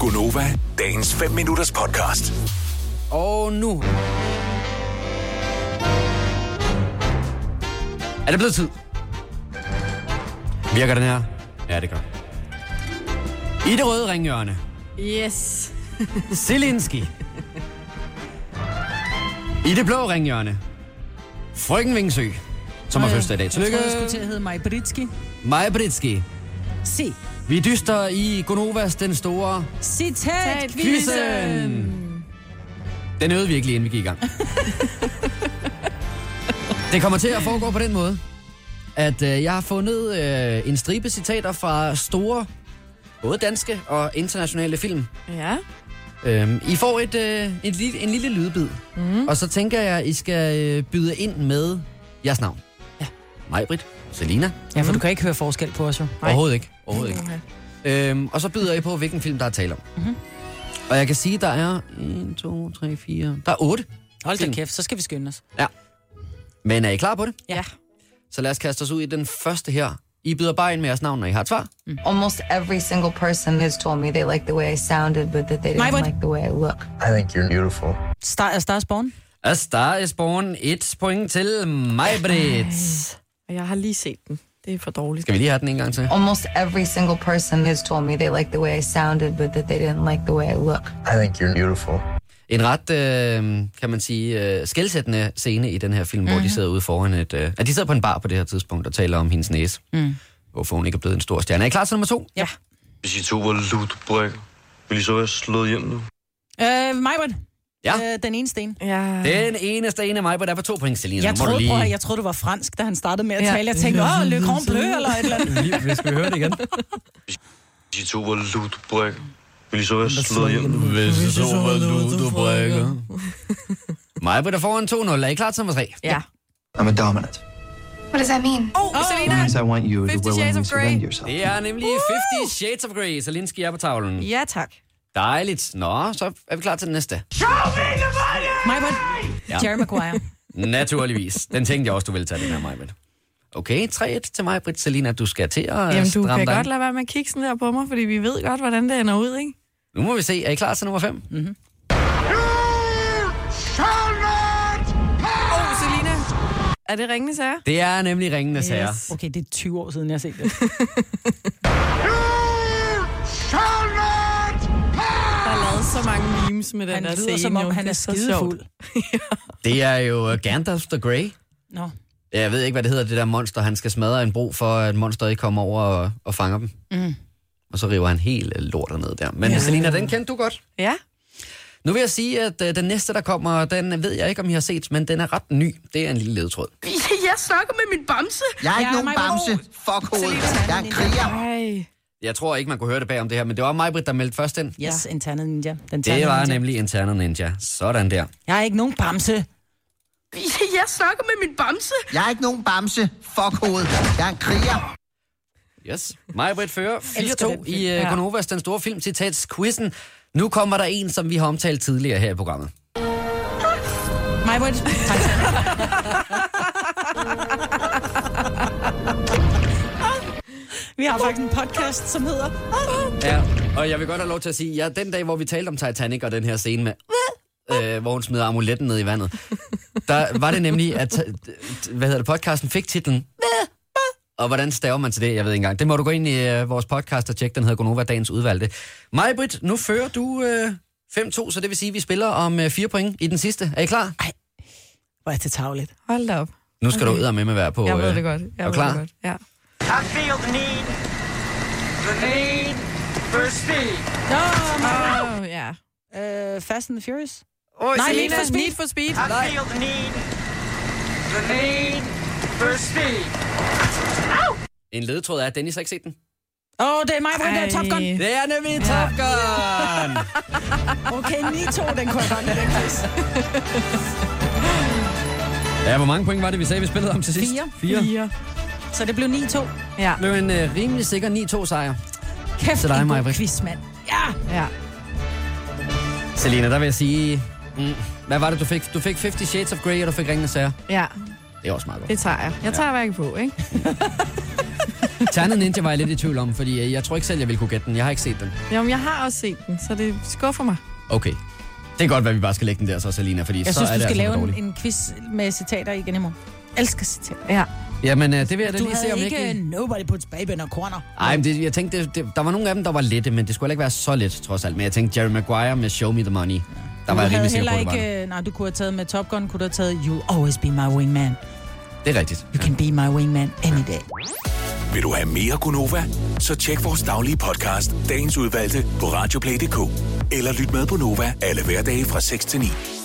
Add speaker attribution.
Speaker 1: Gunova, dagens 5 minutters podcast.
Speaker 2: Og nu... Er det blevet tid? Virker den her? Ja, det gør. I det røde ringhjørne.
Speaker 3: Yes.
Speaker 2: Zelinski. I det blå ringhjørne. Frøken Vingsø, som har fødselsdag i dag.
Speaker 3: Jeg
Speaker 2: Tillykke,
Speaker 3: tror, jeg skulle til at hedde mig Britski.
Speaker 2: Maja Britski.
Speaker 3: Se.
Speaker 2: Vi dyster i Gonovas den store
Speaker 3: Citat
Speaker 2: Quizzen! Den øvede vi ikke lige, inden vi gik i gang. det kommer til at foregå på den måde, at øh, jeg har fundet øh, en stribe citater fra store, både danske og internationale film.
Speaker 3: Ja.
Speaker 2: Øhm, I får et, øh, et lille, en lille lydbid, mm. og så tænker jeg, at I skal øh, byde ind med jeres navn.
Speaker 3: Ja.
Speaker 2: Majbrit, Selina,
Speaker 4: Ja, for du kan ikke høre forskel på os jo.
Speaker 3: Nej.
Speaker 2: Overhovedet ikke. Overhovedet ikke. Øhm, og så byder jeg på, hvilken film, der er tale om. Mm-hmm.
Speaker 4: Mhm.
Speaker 2: Og jeg kan sige, der er 1, 2, 3, 4... Der er 8.
Speaker 4: Hold da
Speaker 2: Film.
Speaker 4: kæft, så skal vi skynde os.
Speaker 2: Men er I klar på det?
Speaker 4: Ja.
Speaker 2: Så lad os kaste os ud i den første her. I byder bare ind med jeres navn, når I har et svar.
Speaker 5: Almost every single person has told me they liked the way I sounded, but that they didn't
Speaker 4: Mybert.
Speaker 5: like the way I look.
Speaker 6: I think you're beautiful.
Speaker 4: Star, er Stars Born?
Speaker 2: A Star is Born. Et point til mig, Britt.
Speaker 3: Og jeg har lige set den. Det er for dårligt.
Speaker 2: Skal vi lige have den en gang til?
Speaker 5: Almost every single person has told me they liked the way I sounded, but that they didn't like the way I look.
Speaker 6: I think you're beautiful.
Speaker 2: En ret, øh, kan man sige, øh, skældsættende scene i den her film,
Speaker 4: Mhm.
Speaker 2: mm-hmm. hvor de sidder ude foran et... Øh, at de sidder på en bar på det her tidspunkt og taler om hendes næse. Mm. Hvorfor hun ikke er blevet en stor stjerne. Er I klar til nummer to?
Speaker 4: Ja.
Speaker 7: Hvis I to var lutbrækker, ville I så være slået hjem nu?
Speaker 4: Øh, Majbert?
Speaker 2: Ja.
Speaker 4: Øh, den ene sten.
Speaker 3: Ja.
Speaker 2: Den eneste ene af mig, hvor der var to point, Selina.
Speaker 4: Jeg
Speaker 2: Nu må du
Speaker 4: troede,
Speaker 2: lige...
Speaker 4: lige... jeg troede, du var fransk, da han startede med at
Speaker 3: Ja.
Speaker 4: tale. Jeg tænkte, åh, Le Grand Bleu, eller et eller andet.
Speaker 8: Vi skal vi høre det igen.
Speaker 7: Hvis I to var lutbrækker, ville I så være slået hjem nu?
Speaker 2: Hvis det så var ludobrækker. Mig på der foran 2-0. Er I klar til nummer 3?
Speaker 3: Ja.
Speaker 6: I'm a dominant.
Speaker 9: What does that mean?
Speaker 3: Oh, oh. Selena.
Speaker 6: Means I want you to
Speaker 3: Fifty Shades
Speaker 6: willingly
Speaker 3: of Grey.
Speaker 6: surrender yourself.
Speaker 2: Det er nemlig 50 Shades of Grey. Så Lindsky er på tavlen.
Speaker 3: Ja, tak.
Speaker 2: Dejligt. Nå, så er vi klar til den næste.
Speaker 4: Majbert?
Speaker 2: Ja.
Speaker 4: Ja. Jerry Maguire.
Speaker 2: Naturligvis. Den tænkte jeg også, du ville tage den her, Majbrit. Okay, 3-1 til mig, Britt Selina. Du skal til at
Speaker 3: Jamen, du
Speaker 2: stramme
Speaker 3: kan
Speaker 2: dig
Speaker 3: godt
Speaker 2: ind.
Speaker 3: lade være med at kigge sådan der på mig, fordi vi ved godt, hvordan det ender ud, ikke?
Speaker 2: Nu må vi se. Er I klar til nummer 5? Mm.
Speaker 3: Oh, Selina. Er det ringende sager?
Speaker 2: Det er nemlig Ringende Sager.
Speaker 3: Yes.
Speaker 4: Okay, det er 20 år siden, jeg har set det.
Speaker 3: Der er lavet så mange memes med den
Speaker 4: Han
Speaker 3: der
Speaker 4: lyder,
Speaker 3: scene.
Speaker 4: som
Speaker 3: jo.
Speaker 4: om han
Speaker 3: Det
Speaker 4: er
Speaker 3: så
Speaker 4: skidefuld.
Speaker 3: sjovt.
Speaker 2: Det er jo øh, Gandalf the Grey.
Speaker 4: Nå.
Speaker 2: Jeg ved ikke, hvad det hedder, det der monster. Han skal smadre en bro, for at monsteret ikke kommer over og, og fanger dem. Mm. Og så river han helt øh, lortet ned der. Men ja. Selina, den kendte du godt.
Speaker 3: Ja.
Speaker 2: Nu vil jeg sige, at øh, den næste, der kommer, den ved jeg ikke, om I har set, men den er ret ny. Det er en lille ledtråd.
Speaker 9: Jeg snakker med min bamse.
Speaker 6: Jeg er
Speaker 4: ikke Ja, nogen mig- bamse.
Speaker 6: Fuck
Speaker 4: hovedet. Jeg er en kriger.
Speaker 3: Ej.
Speaker 2: Jeg tror ikke, man kunne høre det bagom det her, men det var mig, der meldte først ind.
Speaker 4: Yes, ja. Internet Ninja. Den ternet
Speaker 2: Det var
Speaker 4: ninja.
Speaker 2: nemlig Interno Ninja. Sådan der.
Speaker 4: Jeg er ikke nogen bamse.
Speaker 9: Jeg snakker med min bamse.
Speaker 6: Jeg er ikke nogen bamse. Fuck hovedet. Jeg er en kriger.
Speaker 2: Yes. Majbrit fører
Speaker 4: Elsker
Speaker 2: 4-2
Speaker 4: den
Speaker 2: i
Speaker 4: film.
Speaker 2: øh,
Speaker 3: Ja.
Speaker 2: Gonovas Den Store Film Citats Quizzen. Nu kommer der en, som vi har omtalt tidligere her i programmet.
Speaker 4: Majbert? Vi har faktisk en podcast, som hedder...
Speaker 2: Ja, og jeg vil godt have lov til at sige, ja, den dag, hvor vi talte om Titanic og den her scene med, øh, hvor hun smider amuletten ned i vandet, der var det nemlig, at øh, hvad hedder det, podcasten fik titlen, og hvordan staver man til det, jeg ved ikke engang. Det må du gå ind i øh, vores podcast og tjekke, den hedder Gonova Dagens Udvalgte. Majbrit, nu fører du øh, 5-2, så det vil sige, at vi spiller om øh, 4 point i den sidste. Er I klar?
Speaker 4: Hvor er det tavligt.
Speaker 3: Hold da op.
Speaker 2: Nu skal okay. du med med være på.
Speaker 3: Jeg ved
Speaker 2: øh,
Speaker 3: det godt.
Speaker 2: er
Speaker 3: Jeg
Speaker 2: du
Speaker 3: ved
Speaker 2: klar?
Speaker 3: det godt. Ja.
Speaker 4: Nå,
Speaker 3: Oh, ja.
Speaker 4: øh, Fast and the Furious.
Speaker 3: Oh, Nej, Need
Speaker 4: Selena,
Speaker 3: for Speed.
Speaker 4: Need
Speaker 3: Need for Speed.
Speaker 2: En ledtråd er, at Dennis har ikke set den.
Speaker 4: Åh, oh, det er mig, hvor det er Top Gun.
Speaker 2: Det er nemlig Top Gun!
Speaker 4: Okay, 9-2, den kunne jeg godt lade den quiz.
Speaker 2: Ja, hvor mange point var det, vi sagde, vi spillede om til sidst?
Speaker 4: Fire.
Speaker 2: Fire.
Speaker 3: Fire.
Speaker 4: Så det blev 9-2.
Speaker 3: Ja,
Speaker 2: blev en øh, rimelig sikker 9-2 sejr.
Speaker 4: Kæft,
Speaker 2: Så dig,
Speaker 4: en god
Speaker 2: Maj-Brit.
Speaker 4: quiz, mand. Ja!
Speaker 3: ja.
Speaker 2: Selena, der vil jeg sige... Mm, hvad var det, du fik? Du fik 50 Shades of Grey, og du fik Ringende Sager.
Speaker 3: Ja,
Speaker 2: Det er også meget godt.
Speaker 3: det tager jeg. Jeg tager hverken på, ikke?
Speaker 2: Ternet Ninja var jeg lidt i tvivl om, fordi øh, jeg tror ikke selv, jeg ville kunne gætte den. Jeg har ikke set den.
Speaker 3: Jamen, jeg har også set den, så det skuffer mig.
Speaker 2: Okay. Det er godt, hvad vi bare skal lægge den der så, Salina, fordi
Speaker 4: Jeg
Speaker 2: så
Speaker 4: synes,
Speaker 2: er
Speaker 4: du
Speaker 2: det
Speaker 4: skal
Speaker 2: altså
Speaker 4: lave
Speaker 2: for
Speaker 4: en,
Speaker 2: dårligt.
Speaker 4: en quiz med citater igen i morgen. Elsker citater.
Speaker 3: Ja.
Speaker 2: Jamen, øh, det vil jeg da
Speaker 4: Du
Speaker 2: lige se, om
Speaker 4: havde
Speaker 2: ikke...
Speaker 4: ikke nobody puts baby in a corner.
Speaker 2: Ej, men det, jeg tænkte, det, det, der var nogle af dem, der var lette, men det skulle heller ikke være så let, trods alt. Men jeg tænkte, Jerry Maguire med Show Me The Money. Der var
Speaker 4: du
Speaker 2: jeg
Speaker 4: havde
Speaker 2: rimelig sikker
Speaker 4: heller
Speaker 2: på, det var.
Speaker 4: ikke,
Speaker 2: der.
Speaker 4: øh, nej, du kunne have taget med Top Gun, kunne du have taget You'll always be my wingman.
Speaker 2: Det er rigtigt.
Speaker 4: You can be my wingman any day.
Speaker 1: Vil du have mere Gunova? Så tjek vores daglige podcast, dagens udvalgte, på radioplay.dk. Eller lyt med på Nova alle hverdage fra 6 til 9.